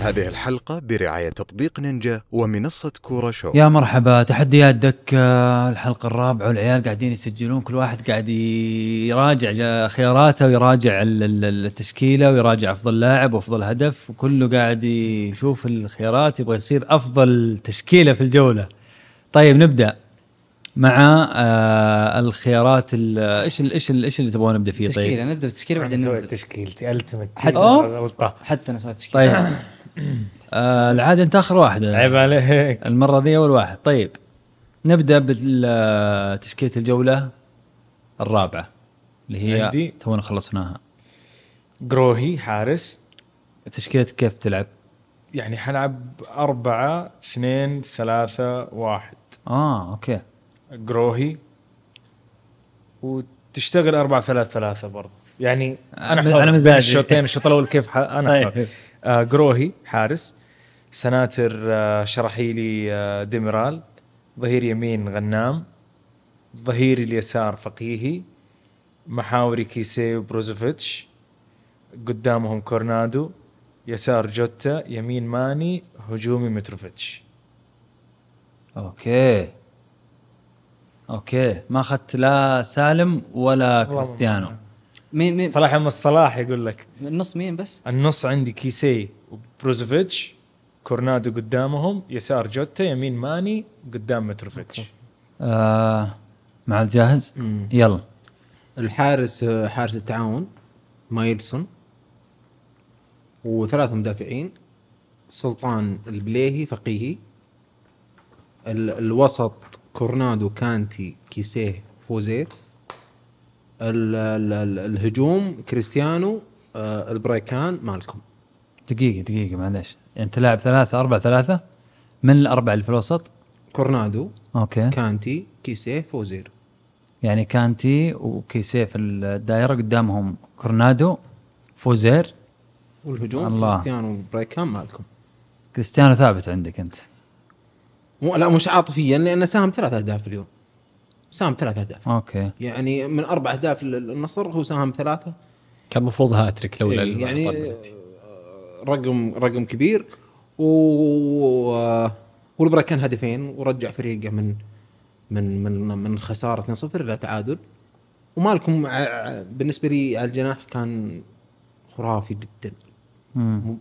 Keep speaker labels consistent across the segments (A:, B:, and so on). A: هذه الحلقة برعاية تطبيق نينجا ومنصة كورة شو
B: يا مرحبا تحديات دكة الحلقة الرابعة والعيال قاعدين يسجلون كل واحد قاعد يراجع جا- خياراته ويراجع ال- ال- التشكيلة ويراجع أفضل لاعب وأفضل هدف وكله قاعد يشوف الخيارات يبغى يصير أفضل تشكيلة في الجولة طيب نبدأ مع آه الخيارات ال- ايش ال- ايش ال- ايش اللي تبغون نبدا فيه
C: تشكيله
B: طيب؟
C: نبدا بتشكيله
D: بعدين
C: بعدين
D: نسوي
C: ننزل
D: تشكيلتي التمت
C: حتى- حتى انا سويت تشكيله
B: طيب آه العادة انت اخر واحدة
D: عيب عليك
B: المرة ذي أول واحد طيب نبدأ بتشكيلة الجولة الرابعة اللي هي
D: عندي.
B: تونا خلصناها
D: جروهي حارس
B: تشكيلة كيف تلعب؟
D: يعني حنلعب أربعة اثنين ثلاثة واحد
B: اه اوكي
D: جروهي وتشتغل أربعة ثلاثة ثلاثة برضه يعني
B: أنا-
D: أنا حر.
B: أنا
D: بين
B: مزاجي.
D: الشوطين الشوط الأول كيف ح... أنا حر.
B: طيب
D: آه جروهي حارس سناتر آه شرحيلي آه ديميرال ظهير يمين غنام ظهير اليسار فقيهي محاوري كيسي بروزوفيتش قدامهم كورنادو يسار جوتا يمين ماني هجومي متروفيتش
B: اوكي اوكي ما اخذت لا سالم ولا كريستيانو
C: مين مين
D: صلاح ام الصلاح يقول لك
C: النص مين بس
D: النص عندي كيسي وبروزوفيتش كورنادو قدامهم يسار جوتا يمين ماني قدام متروفيتش
B: آه مع الجاهز
D: مم.
B: يلا
E: الحارس حارس التعاون مايلسون وثلاث مدافعين سلطان البليهي فقيهي ال- الوسط كورنادو كانتي كيسيه فوزيه ال- ال- ال- الهجوم كريستيانو آه، البريكان مالكم
B: دقيقة دقيقة معلش يعني تلعب ثلاثة أربعة ثلاثة من الأربعة اللي في الوسط
E: كورنادو
B: اوكي
E: كانتي كيسيه فوزير
B: يعني كانتي وكيسيه في الدائره قدامهم كورنادو فوزير
E: والهجوم
B: الله.
E: الله. كريستيانو البريكان مالكم
B: كريستيانو ثابت عندك انت
E: مو لا مش عاطفيا لانه ساهم ثلاث اهداف اليوم ساهم ثلاث اهداف
B: اوكي
E: يعني من اربع اهداف لل- للنصر هو ساهم ثلاثه
F: كان المفروض هاتريك لولا
E: إيه، يعني
F: الطرد التي.
E: آه، رقم رقم كبير و آه، والبرا كان هدفين ورجع فريقه من من من من خساره 2-0 الى تعادل ومالكم ع- بالنسبه لي على الجناح كان خرافي جدا
B: مم.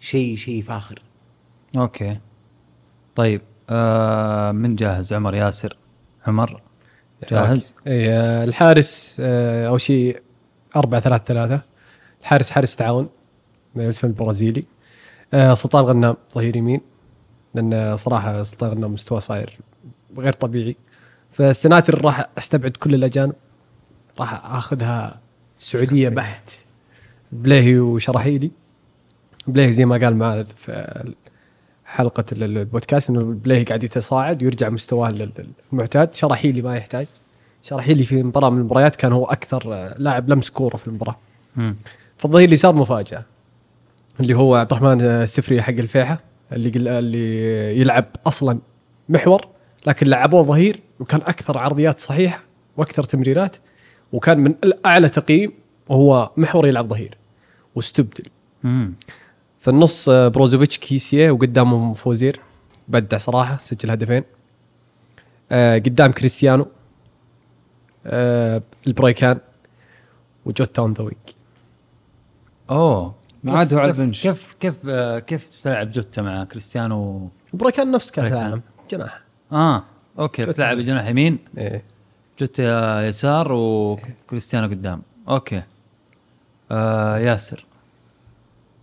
E: شيء شيء فاخر
B: اوكي طيب آه من جاهز عمر ياسر عمر جاهز
F: إيه، آه، الحارس آه، اول شيء 4 3 3 الحارس حارس تعاون اسمه البرازيلي آه، سلطان غنام ظهير يمين لان صراحه سلطان غنام مستواه صاير غير طبيعي فالسناتر راح استبعد كل الاجانب راح اخذها سعوديه بحت بليهي وشرحيلي بليهي زي ما قال معاه في حلقه ال- ال- البودكاست انه بليهي قاعد يتصاعد ويرجع مستواه لل- لل- المعتاد شرحيلي ما يحتاج شرحيلي في مباراه من المباريات كان هو اكثر آه، لاعب لمس كوره في المباراه
B: مم.
F: فالظهير اليسار مفاجاه اللي هو عبد الرحمن السفري حق الفيحة اللي قل- اللي يلعب اصلا محور لكن لعبوه ظهير وكان اكثر عرضيات صحيحه واكثر تمريرات وكان من اعلى تقييم وهو محور يلعب ظهير واستبدل
B: مم.
F: في النص آه، بروزوفيتش كيسيه وقدامهم فوزير بدع صراحه سجل هدفين آه، قدام كريستيانو آه، البريكان وجوتا اون ذا وينج
B: اوه
C: ما عاد هو على
B: كيف-
C: البنش.
B: كيف كيف آه، كيف تلعب جوتا مع كريستيانو
F: البريكان نفس كاس
B: بريكان.
F: العالم جناح
B: اه اوكي
F: جوتا.
B: بتلعب جناح يمين
F: إيه.
B: جوتا يسار وكريستيانو قدام اوكي آه ياسر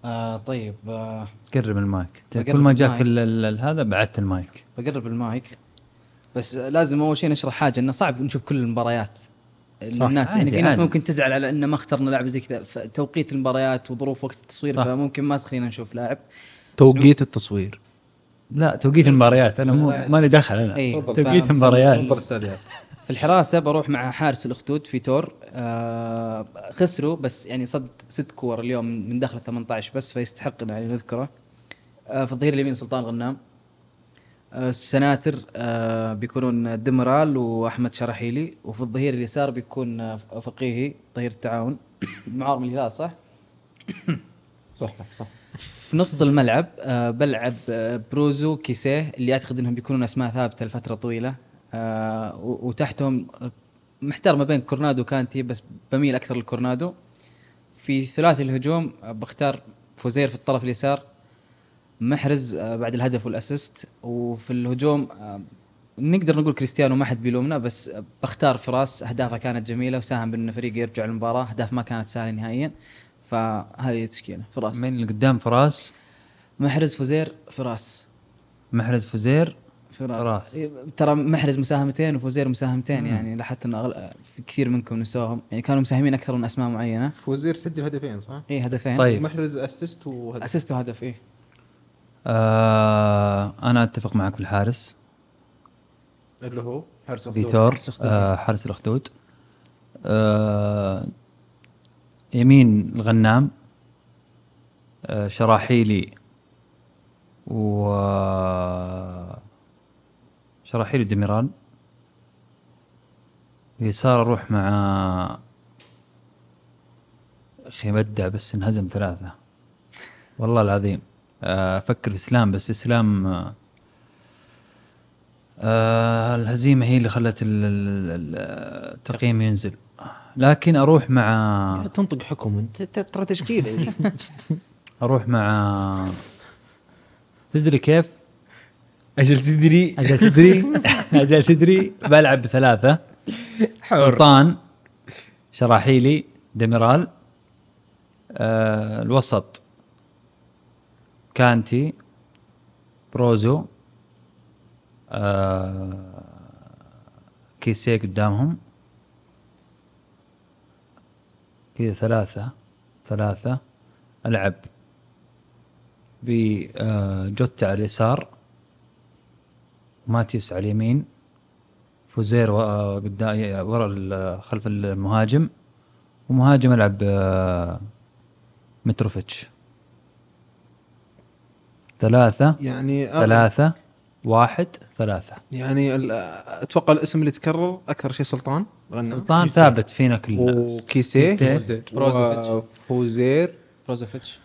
C: آه طيب آه
B: قرب المايك أنت
C: بقرب
B: كل ما جاك
C: المايك.
B: ال- ال- ال- هذا بعدت المايك
C: بقرب المايك بس آه، لازم اول شيء نشرح حاجه انه صعب نشوف كل المباريات
B: صح،
C: الناس يعني
B: عادي،
C: في ناس
B: عادي.
C: ممكن تزعل على انه ما اخترنا لاعب زي كذا فتوقيت المباريات وظروف وقت التصوير
B: صح.
C: فممكن ما تخلينا نشوف لاعب
E: توقيت التصوير
B: لا توقيت المباريات انا مو مالي دخل انا
C: إيه، تفضل.
B: توقيت
C: فاهم.
B: المباريات
E: تفضل استاذ ياسر
C: في الحراسه بروح مع حارس الاخدود فيتور آه خسروا بس يعني صد ست كور اليوم من من دخله 18 بس فيستحق إن يعني نذكره آه في الظهير اليمين سلطان غنام آه السناتر آه بيكونون الدمرال واحمد شرحيلي وفي الظهير اليسار بيكون آه، فقيهي ظهير التعاون معارم الهلال صح؟
E: صح صح
C: في نص الملعب آه بلعب آه بروزو كيسيه اللي اعتقد انهم بيكونون اسماء ثابته لفتره طويله آه و- وتحتهم آه، محتار ما بين كورنادو وكانتي بس بميل اكثر لكورنادو في ثلاثي الهجوم آه، بختار فوزير في الطرف اليسار محرز آه، بعد الهدف والاسيست وفي الهجوم آه، نقدر نقول كريستيانو ما حد بيلومنا بس آه، بختار فراس اهدافه كانت جميله وساهم بان الفريق يرجع المباراه اهداف ما كانت سهله نهائيا فهذه تشكيله فراس
B: من اللي قدام فراس
C: محرز فوزير فراس
B: محرز فوزير
C: فراس,
B: فراس.
C: إيه، ترى محرز مساهمتين وفوزير مساهمتين يعني لاحظت ان أغل... في كثير منكم نسوهم يعني كانوا مساهمين اكثر من اسماء معينه
E: فوزير سجل هدفين صح؟
C: اي هدفين
B: طيب.
E: محرز اسيست وهدف
C: اسست وهدف ايه
B: آه انا اتفق معك في الحارس
E: اللي هو حارس أفضل.
B: فيتور
C: حارس الأخدود.
B: آه حارس الاخدود آه يمين الغنام آه شراحيلي و آه، شراحيلي ديميرال يسار اروح مع اخي بدع بس انهزم ثلاثة والله العظيم آه، افكر في اسلام بس اسلام آه، آه الهزيمة هي اللي خلت ال- ال- ال- التقييم ينزل لكن اروح مع
E: لا آه. تنطق حكم انت ت- ترى تشكيله
B: اروح مع تدري كيف؟
D: اجل تدري
B: اجل تدري اجل تدري بلعب بثلاثة سلطان شراحيلي ديميرال آه الوسط كانتي بروزو آه كيسيه قدامهم كذا ثلاثة ثلاثة ألعب بجوتا على اليسار ماتيوس على اليمين فوزير و- آه، قدام ورا ال- خلف المهاجم ومهاجم العب آه، متروفيتش ثلاثة
E: يعني
B: ثلاثة واحد ثلاثة
E: يعني ال- اتوقع الاسم اللي تكرر اكثر شيء سلطان غنى
B: سلطان ثابت فينا كلنا
E: وكيسيه
B: كيسيه.
C: بروزوفيتش.
E: وفوزير
C: بروزوفيتش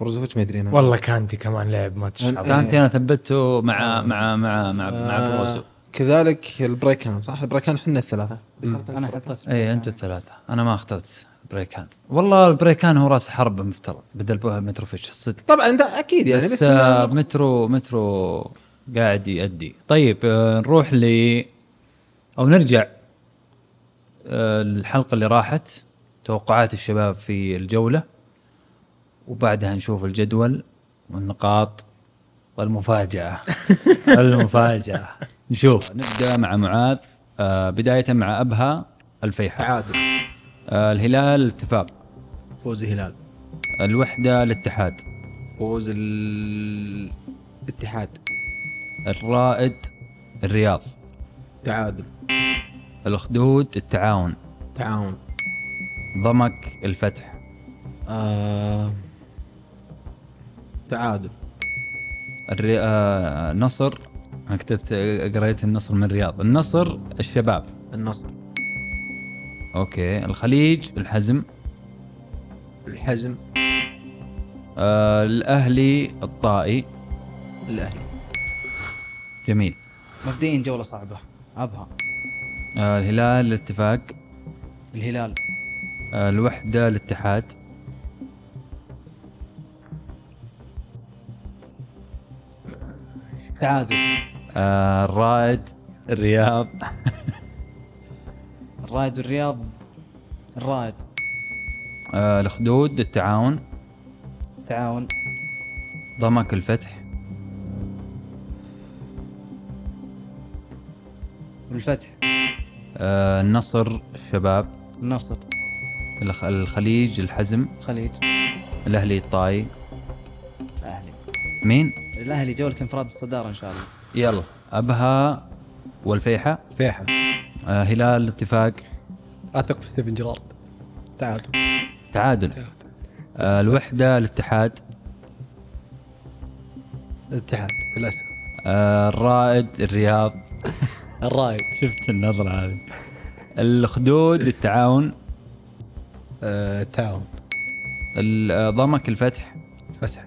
E: بروزوفيتش ما ادري انا
D: والله كانتي كمان لعب ماتش
E: أنا-
D: عظيم.
B: كانت انا ثبته مع مع مع مع, مع
E: آه،
B: بروزو
E: كذلك البريكان صح البريكان احنا الثلاثه
C: انا حطيت
B: اي انتوا إيه، الثلاثة انا ما اخترت بريكان والله البريكان هو راس حرب مفترض بدل بوها متروفيتش الصدق
E: طبعا ده اكيد يعني
B: بس,
E: بس,
B: آه مترو مترو قاعد يأدي طيب آه نروح ل او نرجع آه الحلقة اللي راحت توقعات الشباب في الجولة وبعدها نشوف الجدول والنقاط والمفاجأة المفاجأة نشوف نبدأ مع معاذ آه بداية مع أبها الفيحاء
E: تعادل
B: آه الهلال الاتفاق
E: فوز الهلال
B: الوحدة الاتحاد
E: فوز ال- الاتحاد
B: الرائد الرياض
E: تعادل
B: الأخدود التعاون
E: تعاون
B: ضمك الفتح
E: آه تعادل
B: الري... آه... نصر أنا كتبت قريت النصر من الرياض النصر الشباب
E: النصر
B: أوكي الخليج الحزم
E: الحزم
B: آه... الأهلي الطائي
E: الاهلي
B: جميل
C: مبدئيا جوله صعبه ابها
B: آه... الهلال الاتفاق
C: الهلال
B: آه... الوحدة الاتحاد
C: تعادل
B: آه... الرائد الرياض
C: الرائد والرياض الرائد
B: آه... الأخدود التعاون
C: تعاون
B: ضمك الفتح
C: الفتح
B: آه... النصر الشباب
C: النصر
B: الخ... الخليج الحزم
C: الخليج
B: الأهلي الطائي
C: الاهلي
B: مين؟
C: الاهلي جوله انفراد الصداره ان شاء الله
B: يلا ابها والفيحة
F: فيحة
B: آه هلال الاتفاق
F: اثق في ستيفن جيرارد تعادل
B: تعادل آه الوحدة الاتحاد
F: الاتحاد للاسف
B: آه الرائد الرياض
F: الرايد
B: شفت النظرة هذه الخدود التعاون
F: آه، التعاون
B: ال- آه، ضمك الفتح
F: الفتح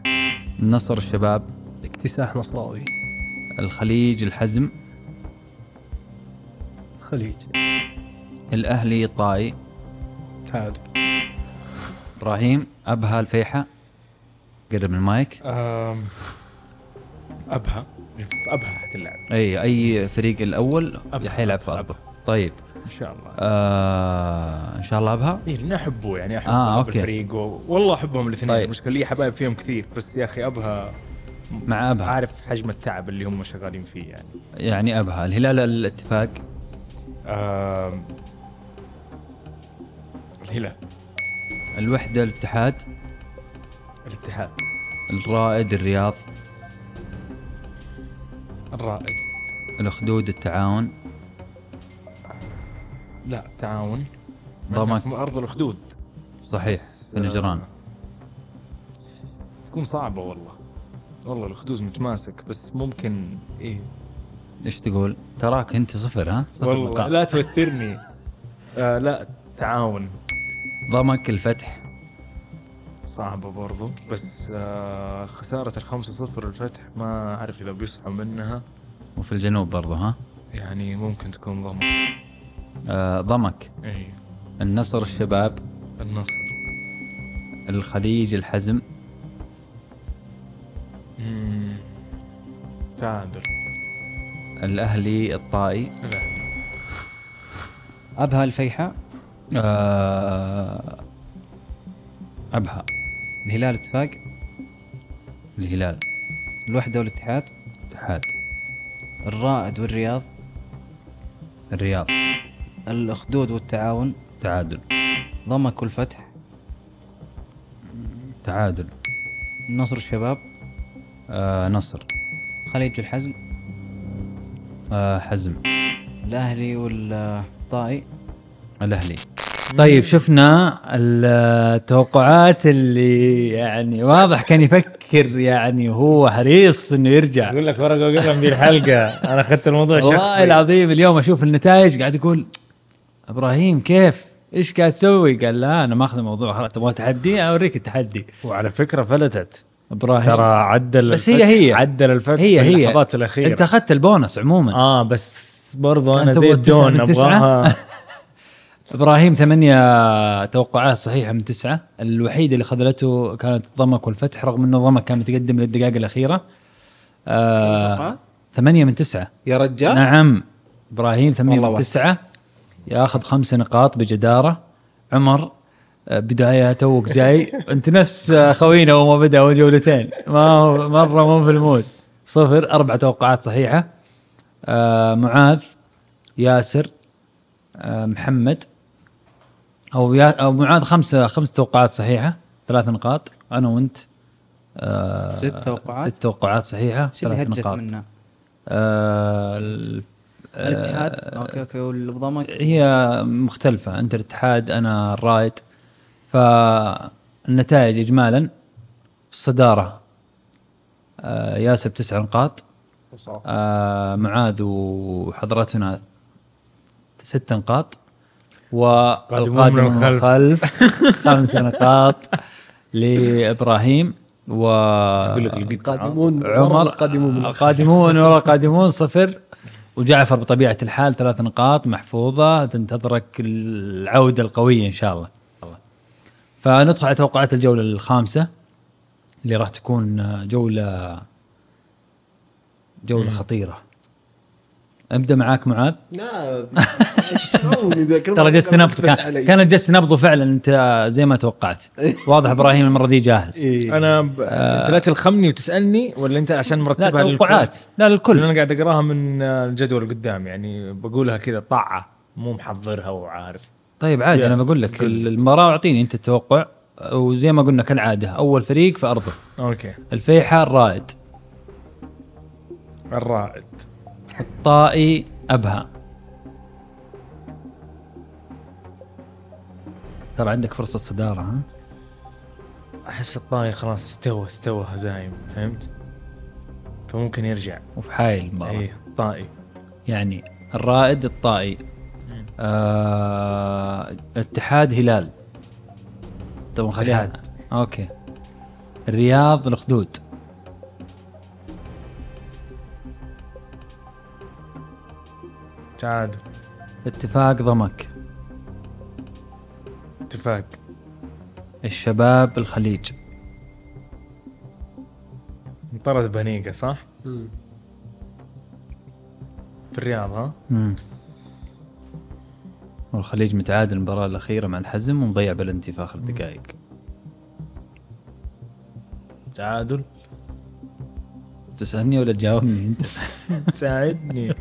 B: نصر الشباب
F: اكتساح نصراوي
B: الخليج الحزم
F: خليج
B: الاهلي طاي
F: تعادل
B: ابراهيم ابها الفيحة قرب من المايك
D: أم، ابها ابها حتلعب
B: اي اي فريق الاول
D: أبها.
B: حيلعب في ارضه طيب
D: ان شاء الله
B: آه ان شاء الله ابها
D: اي لان احبه يعني احب
B: آه،
D: آه،
B: أوكي.
D: الفريق و... والله احبهم الاثنين
B: طيب.
D: طيب. المشكله لي حبايب فيهم كثير بس يا اخي ابها
B: مع ابها
D: عارف حجم التعب اللي هم شغالين فيه يعني
B: يعني ابها الهلال الاتفاق
D: آم، الهلال
B: الوحده الاتحاد
D: الاتحاد
B: الرائد الرياض
D: الرائد
B: الاخدود التعاون
D: لا التعاون
B: ضمان.
D: في ارض الخدود
B: صحيح
D: بس، آه،
B: النجران
D: تكون صعبه والله والله الخدود متماسك بس ممكن ايه
B: ايش تقول؟ تراك انت صفر ها؟ صفر
D: والله
B: نقاط
D: لا توترني آه لا تعاون
B: ضمك الفتح
D: صعبة برضو بس آه خسارة الخمسة صفر الفتح ما أعرف إذا بيصحوا منها
B: وفي الجنوب برضه ها؟
D: يعني ممكن تكون ضمة
B: آه ضمك
D: أي
B: النصر الشباب
D: النصر
B: الخليج الحزم
D: مم. تعادل
B: الاهلي الطائي
D: الأهلي
C: ابها الفيحة
B: آه ابها
C: الهلال اتفاق
B: الهلال
C: الوحدة والاتحاد
B: الاتحاد
C: الرائد والرياض
B: الرياض
C: الاخدود والتعاون
B: تعادل
C: ضمك والفتح
B: تعادل
C: النصر الشباب
B: آه نصر
C: خليج والحزم
B: آه حزم
C: الاهلي والطائي
B: الاهلي طيب شفنا التوقعات اللي يعني واضح كان يفكر يعني وهو حريص انه يرجع
D: أقول لك ورقة وقلم دي الحلقة أنا أخذت الموضوع
B: والله
D: شخصي
B: العظيم اليوم اشوف النتائج قاعد يقول ابراهيم كيف؟ ايش قاعد تسوي؟ قال لا انا ماخذ الموضوع خلاص تبغى تحدي اوريك التحدي
D: وعلى فكرة فلتت
B: ابراهيم
D: ترى عدل
B: أيوة. بس
D: الفتح-
B: هي هي.
D: عدل الفتح
B: هي
D: في
B: هي
D: اللحظات الأخيرة
B: انت اخذت البونص عموما آه.
D: آه بس برضو
B: كان
D: أنا
B: تبغى
D: زي
B: تسعة من
D: الدون أبغاها
B: ابراهيم ثمانية توقعات صحيحة من تسعة الوحيدة اللي خذلته كانت الضمك والفتح رغم انه الضمك كان متقدم للدقائق الأخيرة آه
E: توقعات؟
B: ثمانية من تسعة
E: يا رجال
B: نعم ابراهيم ثمانية
E: والله
B: من
E: واحد.
B: تسعة ياخذ خمس نقاط بجدارة عمر آه، بداية توك جاي انت نفس آه، خوينا وما بدا اول جولتين ما هو مرة مو في المود صفر اربع توقعات صحيحة آه، معاذ ياسر آه، محمد او يا او معاذ خمسة خمس توقعات صحيحة ثلاث نقاط انا وانت آه،
C: ست توقعات.
B: ست توقعات صحيحة
C: ايش اللي
B: ثلاث
C: هجت
B: نقاط
C: منه؟
B: آه، ال-
C: الاتحاد اوكي اوكي والضمك
B: هي مختلفة أنت الاتحاد أنا الرائد فالنتائج إجمالا في الصدارة آه، ياسر بتسع نقاط آه، معاذ وحضرتنا ست نقاط والقادم
D: من
B: من
D: الخلف.
B: الخلف خمس نقاط لابراهيم و
D: أقول لك لقيت
F: قادمون
B: عمر
F: قادمون من
B: قادمون ورا قادمون صفر وجعفر بطبيعه الحال ثلاث نقاط محفوظه تنتظرك العوده القويه ان شاء الله فندخل على توقعات الجوله الخامسه اللي راح تكون جوله جوله خطيره ابدا معاك معاذ
E: لا شلون إذا كل
B: ترى
E: مرة
B: جس نبض
E: تفت
B: كان
E: علي.
B: كانت جس نبضه فعلا انت زي ما توقعت واضح ابراهيم المره دي جاهز
E: إيه.
D: أنا ب... أنت لا تلخمني وتسألني ولا أنت عشان
B: لا
D: مرتبها للكل؟
B: توقعات لا
D: كل
B: للكل
D: انا قاعد اقراها من آه، الجدول قدام يعني بقولها كذا طاعه مو محضرها وعارف
B: طيب عادي
D: يا،
B: انا بقول لك
D: قل.
B: المباراه اعطيني انت التوقع وزي ما قلنا كالعاده اول فريق في ارضه
D: اوكي
B: الفيحة الرائد
D: الرائد
B: طائي ابها ترى عندك فرصه صداره ها
D: احس الطاري خلاص استوى استوى هزايم فهمت فممكن يرجع
B: وفي حايل المباراه
D: اي طائي
B: يعني الرائد الطائي آه... اتحاد هلال طب خليها اوكي الرياض الخدود
D: تعادل
B: اتفاق ضمك
D: اتفاق
B: الشباب الخليج
D: مطرت بنيقه صح؟ في الرياض ها؟
B: مم. والخليج متعادل المباراة الأخيرة مع الحزم ومضيع بلنتي في آخر دقائق
D: تعادل
B: تسألني ولا تجاوبني أنت
D: تساعدني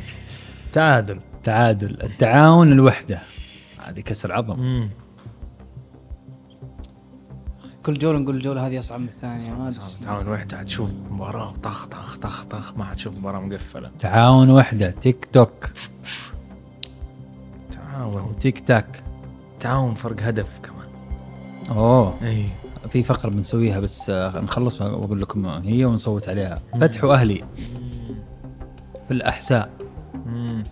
D: تعادل
B: تعادل التعاون الوحدة هذه كسر عظم
D: امم
C: كل جوله نقول الجوله هذه اصعب من الثانيه ما أدري.
D: تعاون واحد حتشوف مباراه طخ طخ طخ طخ ما حتشوف مباراه مقفله
B: تعاون وحدة تيك توك
D: تعاون
B: وتيك تاك
D: تعاون فرق هدف كمان
B: أوه
D: اي
B: في فقرة بنسويها بس آه، نخلص وأقول لكم هي ونصوت عليها فتح وأهلي في الأحساء
D: امم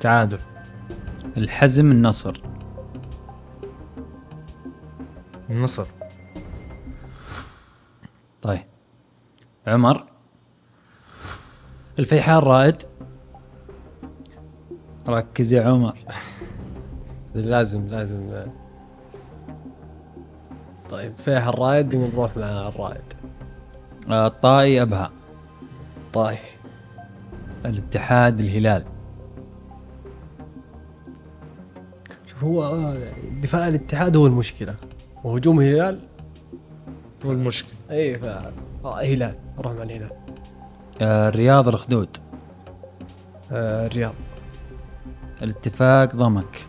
D: تعادل
B: الحزم النصر
D: النصر
B: طيب عمر الفيحاء الرائد ركز يا عمر
F: لازم لازم طيب فيها الرائد بنروح مع الرائد
B: آه، الطائي ابها
F: طايح
B: الاتحاد الهلال
F: شوف هو آه، دفاع الاتحاد هو المشكله وهجوم الهلال
D: هو المشكله
F: اي ف آه، هلال نروح مع الهلال
B: آه، الرياض الخدود
F: آه، الرياض
B: الاتفاق ضمك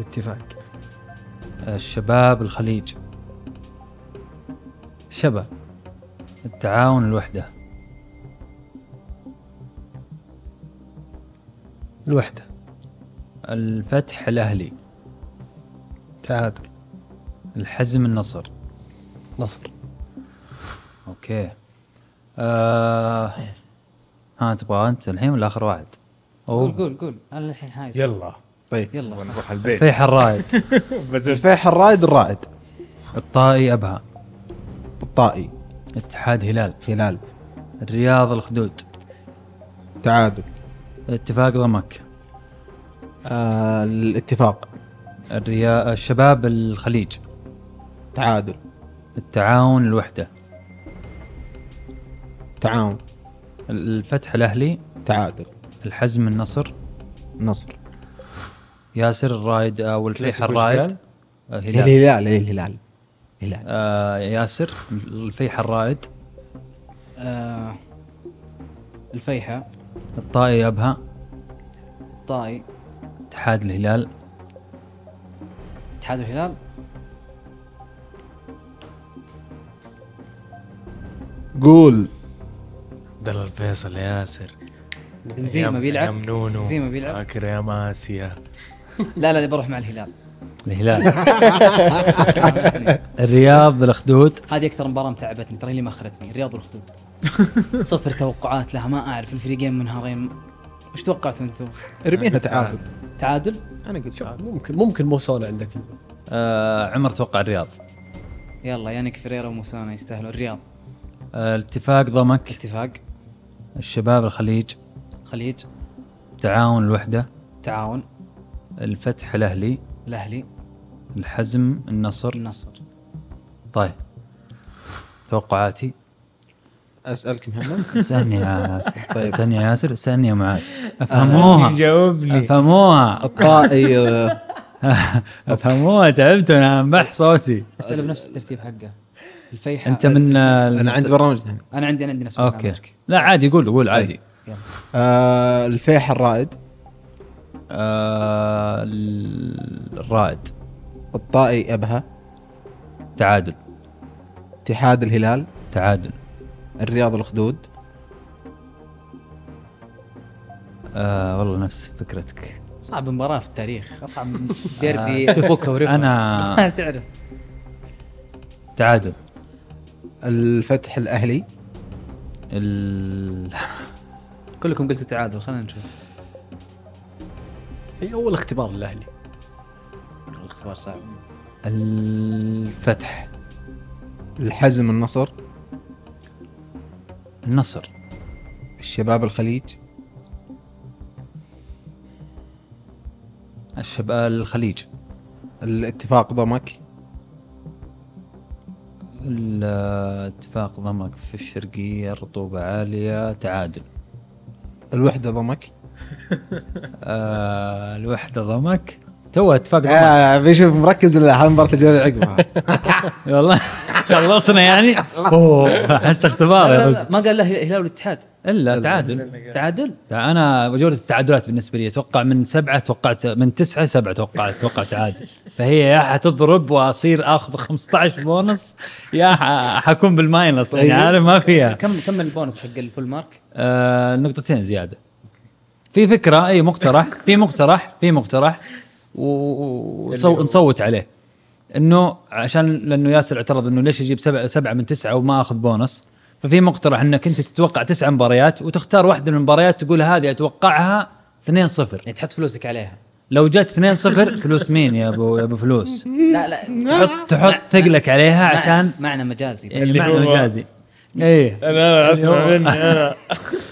F: الاتفاق
B: آه، الشباب الخليج
F: شباب
B: التعاون الوحده
F: الوحده
B: الفتح الاهلي
F: تعادل
B: الحزم النصر
F: نصر
B: اوكي آه... ها تبغى انت الحين ولا اخر واحد؟
C: قول
B: اوه
C: قول قول انا الحين حايس
D: يلا
E: طيب
C: يلا
D: نروح البيت
B: فيح الرائد
D: بس
E: الفيح الرائد الرائد
B: الطائي ابها
E: الطائي
B: اتحاد هلال
E: هلال
B: الرياض الخدود
E: تعادل
B: اتفاق ضمك
E: آه الاتفاق
B: الريا... الشباب الخليج
E: تعادل
B: التعاون الوحدة
E: تعاون
B: الفتح الأهلي
E: تعادل
B: الحزم النصر
E: نصر
B: ياسر الرايد أو الفيح
D: كلاسيكو
B: الرايد
D: الهلال؟
B: الهلال
E: الهلال إيه، الهلال الهلال
B: آه ياسر الفيح الرايد
C: آه الفيحة
B: الطائي أبها
C: طائي
B: اتحاد الهلال
C: اتحاد الهلال
E: قول
D: عبد الله الفيصل ياسر
C: بنزيما
D: أيام-
C: بيلعب
D: أيام نونو
C: بنزيما بيلعب.
D: فاكر يا ماسيا
C: لا لا بروح مع الهلال
B: الهلال الرياض الأخدود
C: هذه اكثر مباراه متعبتني ترى اللي ما اخرتني الرياض والخدود صفر توقعات لها ما اعرف الفريقين من هارين وش توقعتوا انتم؟
E: ارميها تعادل
C: تعادل؟
E: انا قلت
F: شوف
E: تعادل
F: ممكن ممكن موسونا عندك
B: آه عمر توقع الرياض
C: يلا يانيك فيريرا وموسانا يستاهلوا الرياض
B: آه الاتفاق ضمك
C: اتفاق
B: الشباب الخليج
C: خليج
B: التعاون الوحدة
C: تعاون
B: الفتح الأهلي
C: الاهلي
B: الحزم النصر
C: النصر
B: طيب توقعاتي
E: اسالك مهند
B: اسالني يا ياسر طيب. آه، اسالني يا ياسر اسالني يا معاذ افهموها
D: جاوبني
B: افهموها
E: الطائي آه،
B: افهموها تعبت انا انبح صوتي
C: اساله بنفس الترتيب حقه الفيحة
B: انت من
E: انا عندي برنامج ثاني
C: انا عندي انا عندي نفس
B: اوكي لا عادي قول قول عادي
E: آه الفيح الرائد
B: آه ال- الرائد
E: الطائي ابها
B: تعادل
E: اتحاد الهلال
B: تعادل
E: الرياض الخدود
B: آه والله نفس فكرتك
C: اصعب مباراه في التاريخ اصعب من
B: آه، شوف،
C: ديربي بوكا وريفا
B: انا
C: ما تعرف
B: تعادل
E: الفتح الاهلي
B: ال...
C: كلكم قلتوا تعادل خلينا نشوف
F: هي اول اختبار للاهلي
C: اختبار صعب
B: الفتح
E: الحزم النصر
B: النصر
E: الشباب الخليج
B: الشباب الخليج
E: الاتفاق ضمك
B: الاتفاق ضمك في الشرقية رطوبة عالية تعادل
E: الوحده ضمك
B: آه الوحدة ضمك تو اتفاق ضمك
E: آه بيشوف مركز لحد مباراه الجوله اللي عقبها
B: والله خلصنا يعني اوه احس اختبار يا
C: لا، لا،
B: رجل
C: لا، ما قال له الهلال والاتحاد
B: الا تعادل
C: تعادل
B: انا جوله التعادلات بالنسبه لي اتوقع من سبعه توقعت من تسعه سبعه توقعت اتوقع تعادل فهي يا حتضرب واصير اخذ 15 بونص يا ح- حكون بالماينس يعني
C: أيوه.
B: عارف ما فيها
C: كم كم البونص حق الفول مارك؟
B: آه نقطتين زياده في فكره اي مقترح في مقترح في مقترح ونصوت عليه انه عشان لانه ياسر اعترض انه ليش يجيب سبعه سبعه من تسعه وما اخذ بونص ففي مقترح انك انت تتوقع تسع مباريات وتختار واحده من المباريات تقول هذه اتوقعها 2-0
C: يعني تحط فلوسك عليها
B: لو جت 2-0 فلوس مين يا ابو يا ابو فلوس
C: لا لا
B: تحط تحط ثقلك عليها عشان
C: معنى مجازي بس.
B: اللي معنى
D: هو-
B: مجازي ايه
D: انا اسمع
B: اليوم.
D: مني انا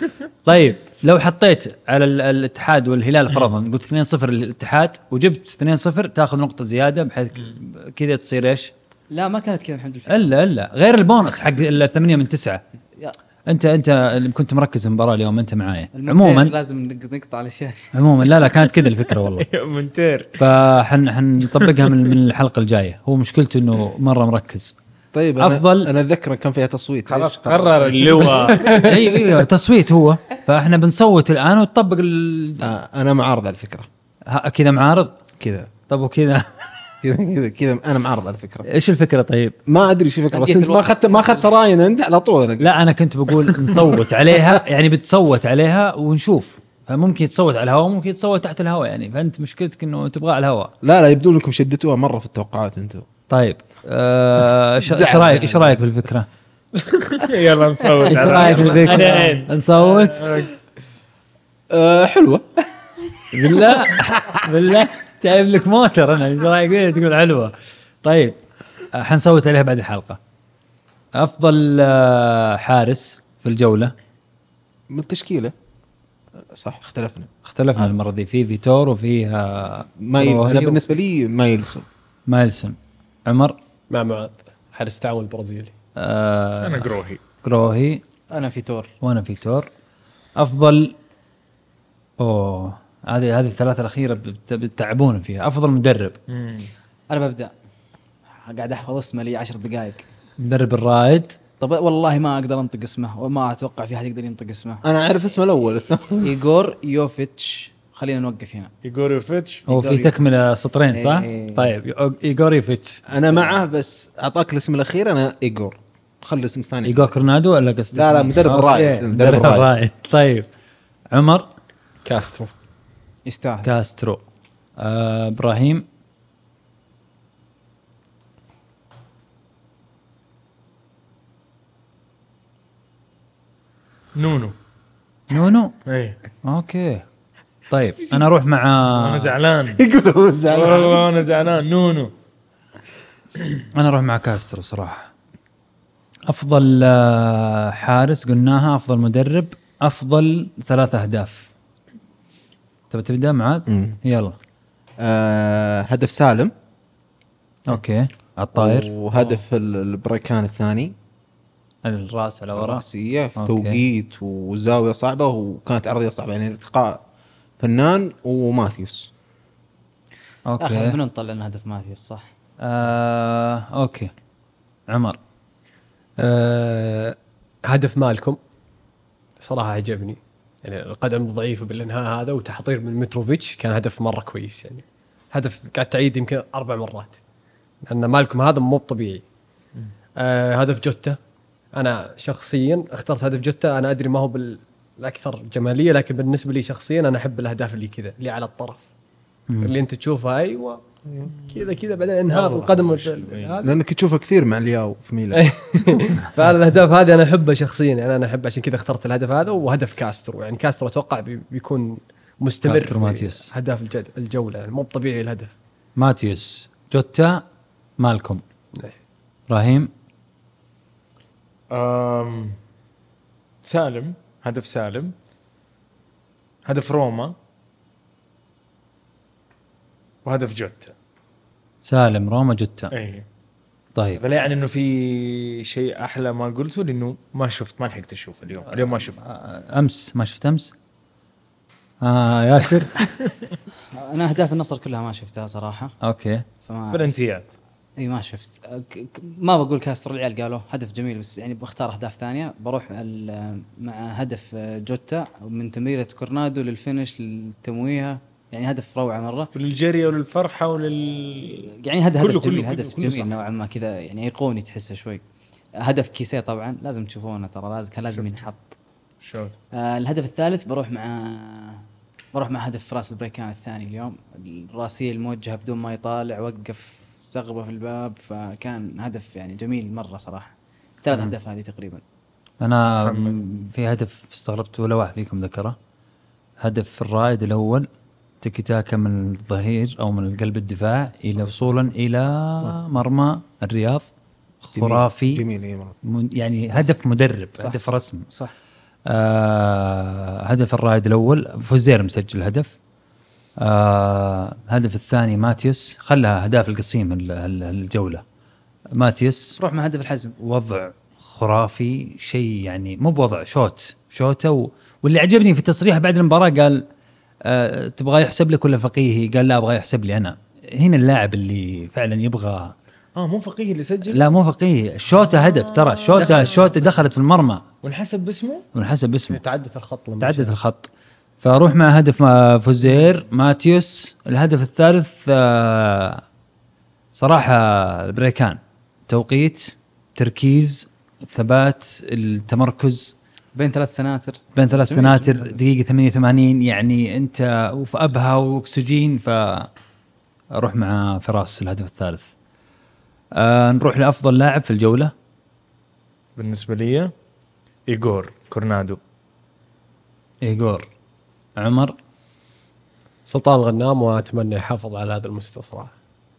B: طيب لو حطيت على ال- الاتحاد والهلال فرضا قلت 2-0 للاتحاد وجبت 2-0 تاخذ نقطه زياده بحيث ك- كذا تصير ايش؟
C: لا ما كانت كذا الحمد لله
B: الا الا غير البونص حق الثمانيه من تسعه
C: يا.
B: انت انت اللي كنت مركز المباراه اليوم انت معايا
C: المقطع
B: عموما
C: لازم نق- نقطع الاشياء
B: عموما لا لا كانت كذا الفكره والله
D: مونتير
B: فحن حنطبقها من من الحلقه الجايه هو مشكلته انه مره مركز
E: طيب أنا
B: أفضل.
E: انا اتذكر كان فيها تصويت
D: خلاص
E: ليش؟
D: قرر اللواء
B: ايوه ايوه تصويت هو فاحنا بنصوت الان وتطبق ال...
E: آه انا معارض على الفكره
B: ها- كذا معارض
E: كذا
B: طب وكذا
E: كذا كذا كذا انا معارض على الفكره
B: ايش الفكره طيب؟
E: ما ادري شو الفكره بس
C: لقيت
E: انت ما
C: الوسط.
E: اخذت ما اخذت راينا انت على طول أنا-
B: لا انا كنت بقول نصوت عليها يعني بتصوت عليها ونشوف فممكن يتصوت على الهواء وممكن يتصوت تحت الهواء يعني فانت مشكلتك انه تبغاه على الهواء
E: لا لا يبدو انكم شدتوها مره في التوقعات انتم
B: طيب آه، ايش إيش رايك ايش رايك بالفكره؟
D: يلا نصوت
B: ايش رايك
D: انا
B: بالفكره؟
D: إن.
B: نصوت
E: آه حلوه
B: بالله بالله جايب لك موتر انا ايش رايك فيها؟ تقول حلوه طيب آه، حنصوت عليها بعد الحلقه افضل آه، حارس في الجوله
E: من التشكيله آه، صح اختلفنا
B: اختلفنا المره دي في فيتور وفيها
E: ما ي... انا
B: روهاني
E: بالنسبه لي ما يلزم
B: مايلسون عمر
F: مع معاذ حارس التعاون البرازيلي
B: آه،
D: انا قروهي
B: كروهي
C: انا في تور
B: وانا في تور افضل اوه هذه هذه الثلاثه الاخيره بت- بتتعبون فيها افضل مدرب
C: انا ببدا قاعد احفظ اسمه لي 10 دقائق
B: مدرب الرائد
C: طب والله ما اقدر انطق اسمه وما اتوقع في احد يقدر ينطق اسمه
E: انا اعرف اسمه الاول الثاني
C: ايجور يوفيتش خلينا نوقف هنا
D: يوفيتش
B: هو في
C: إيغوريوفيتش.
B: تكمله سطرين صح؟
C: إيه.
B: طيب إيغو- ايغوريفيتش
E: انا معه بس اعطاك الاسم الاخير انا ايجور خلي الاسم الثاني
B: ايغور كورنادو ولا قصدك
E: لا، لا، مدرب
B: أوكي،
E: الرائد، مدرب
B: مدرب الرائد طيب عمر
F: كاسترو
C: يستاهل
B: كاسترو آه، ابراهيم
D: نونو
B: نونو
D: ايه
B: اوكي طيب انا اروح مع
D: انا آه. زعلان
E: يقول هو زعلان
D: والله انا زعلان نونو
B: انا اروح مع كاسترو صراحه افضل آه، حارس قلناها افضل مدرب افضل ثلاث اهداف تبي تبدا معاذ؟
E: مم.
B: يلا
E: آه هدف سالم
B: اوكي عالطاير
E: وهدف ال- البريكان الثاني
B: الراس على ورا
E: راسية في
B: أوكي.
E: توقيت وزاويه صعبه وكانت عرضيه صعبه يعني ارتقاء فنان وماثيوس
C: اخر
B: اوكي
C: منو نطلع لنا هدف ماثيوس صح
B: آه، اوكي عمر
F: آه هدف مالكم صراحه عجبني يعني القدم الضعيفه بالانهاء هذا وتحضير من متروفيتش كان هدف مره كويس يعني هدف قاعد تعيد يمكن اربع مرات لان مالكم هذا مو طبيعي آه هدف جوتا انا شخصيا اخترت هدف جوتا انا ادري ما هو بال- الاكثر جماليه لكن بالنسبه لي شخصيا انا احب الاهداف اللي كذا اللي على الطرف اللي انت تشوفها ايوه كذا كذا بعدين انهاء القدم هذا
E: لانك تشوفه كثير مع الياو في ميلان
F: فانا الاهداف هذه انا احبها شخصيا يعني انا احب عشان كذا اخترت الهدف هذا وهدف كاسترو يعني كاسترو اتوقع بي- بيكون مستمر
B: كاسترو
F: في
B: ماتيوس.
F: اهداف الجد- الجوله يعني مو طبيعي الهدف
B: ماتيوس جوتا مالكم ابراهيم
D: أم سالم هدف سالم هدف روما وهدف جوتا
B: سالم روما
C: آه.
B: جوتا
D: اي
B: طيب
D: فلا يعني انه في شيء احلى ما قلته لانه ما شفت ما لحقت اشوف اليوم اليوم ما شفت
C: آه.
B: امس آه، ما شفت امس اه ياسر
C: انا اهداف النصر كلها ما شفتها صراحه
B: اوكي
C: فما
D: بلنتيات
C: اي إيه، ما شفت أه، ك- ك- ما بقول كاستر العيال قالوا هدف جميل بس يعني بختار اهداف ثانيه بروح ال- مع هدف أه، جوتا من تمريره كورنادو للفينش للتمويهه يعني هدف روعه مره
D: وللجري وللفرحه ولل
C: يعني هذا
D: كله-
C: هدف
D: كله-
C: جميل
D: كله-
C: هدف
D: كله صح.
C: جميل نوعا ما كذا يعني ايقوني تحسه شوي هدف كيسيه طبعا لازم تشوفونه ترى لازم كان لازم ينحط
D: شوت
C: آه، الهدف الثالث بروح مع بروح مع هدف راس البريكان الثاني اليوم الراسية الموجهة بدون ما يطالع وقف ثغبة في الباب فكان هدف يعني جميل مرة صراحة ثلاث أهداف هذه تقريبا
B: انا م- في هدف استغربت ولا واحد فيكم ذكره هدف الرائد الاول تيكي تاكا من الظهير او من قلب الدفاع الى وصولا الى مرمى الرياض خرافي
E: جميل اي مره
B: من- يعني هدف مدرب هدف رسم
C: صح
B: آه هدف الرائد الاول فوزير مسجل هدف آه هدف الثاني ماتيوس خلها اهداف القسيم ال- ال- الجوله ماتيوس
C: تروح مع هدف الحزم
B: وضع خرافي شيء يعني مو بوضع شوت شوته و... واللي عجبني في التصريح بعد المباراه قال أه تبغى يحسب لك ولا فقيهي قال لا ابغى يحسب لي انا هنا اللاعب اللي فعلا يبغى
D: اه مو فقيه اللي سجل
B: لا مو فقيهي الشوته هدف ترى الشوته الشوته دخلت في المرمى
D: وانحسب باسمه
B: ونحسب اسمه
F: يعني تعدت الخط لما
B: تعدت الخط فاروح مع هدف ما- فوزير ماتيوس الهدف الثالث آه، صراحه البريكان توقيت تركيز ثبات التمركز
C: بين ثلاث سناتر
B: بين ثلاث سناتر دقيقه 88 يعني انت وفي ابها واكسجين ف اروح مع فراس الهدف الثالث آه نروح لافضل لاعب في الجوله
D: بالنسبه لي ايجور كورنادو
B: ايجور عمر
F: سلطان الغنام واتمنى يحافظ على هذا المستوى صراحه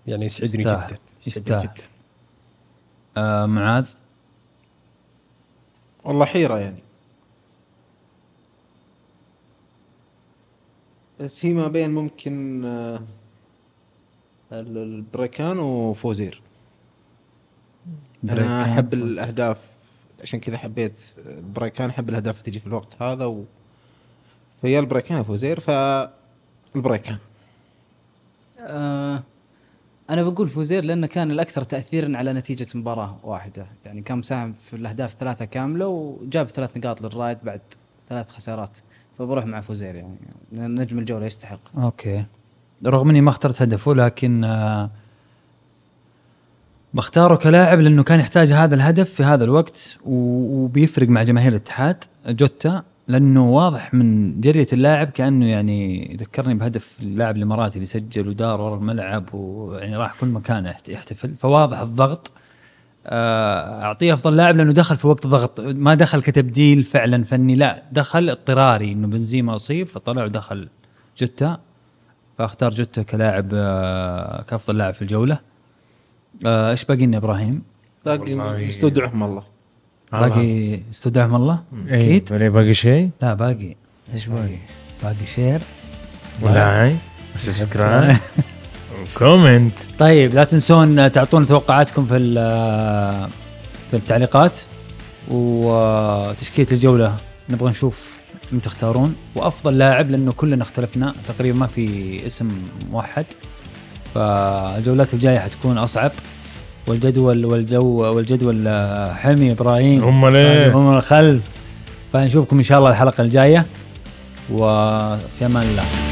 F: يعني يسعدني
B: يستاهل.
F: جدا
B: يستاهل.
F: يسعدني جدا
B: آه معاذ
E: والله حيره يعني بس هي ما بين ممكن آه، ال- البريكان وفوزير
B: بريكان
E: انا احب الاهداف عشان كذا حبيت البريكان احب الاهداف تجي في الوقت هذا و... فيا البريكان يا فوزير ف البريكان
C: آه أنا بقول فوزير لأنه كان الأكثر تأثيرا على نتيجة مباراة واحدة يعني كان مساهم في الأهداف ثلاثة كاملة وجاب ثلاث نقاط للرائد بعد ثلاث خسارات فبروح مع فوزير يعني لأن نجم الجولة يستحق
B: اوكي رغم اني ما اخترت هدفه لكن آه، بختاره كلاعب لانه كان يحتاج هذا الهدف في هذا الوقت و- وبيفرق مع جماهير الاتحاد جوتا لانه واضح من جريه اللاعب كانه يعني ذكرني بهدف اللاعب الاماراتي اللي سجل ودار ورا الملعب ويعني راح كل مكان يحت- يحتفل فواضح الضغط آه، اعطيه افضل لاعب لانه دخل في وقت ضغط ما دخل كتبديل فعلا فني لا دخل اضطراري انه بنزيما اصيب فطلع ودخل جوتا فاختار جوتا كلاعب آه، كافضل لاعب في الجوله آه، ايش باقي لنا ابراهيم؟
E: باقي
D: والله-
E: نستودعهم الله
B: باقي استودعهم الله اكيد
D: اكيد إيه، ولا باقي شيء
B: لا باقي ايش باقي؟ باقي شير
D: ولايك سبسكرايب وكومنت
B: طيب لا تنسون تعطونا توقعاتكم في ال- في التعليقات وتشكيله الجوله نبغى نشوف من تختارون وافضل لاعب لانه كلنا اختلفنا تقريبا ما في اسم موحد فالجولات الجايه حتكون اصعب والجدول والجو والجدول آه، حمي ابراهيم
D: هم ليه؟
B: هم الخلف فنشوفكم ان شاء الله الحلقه الجايه وفي امان الله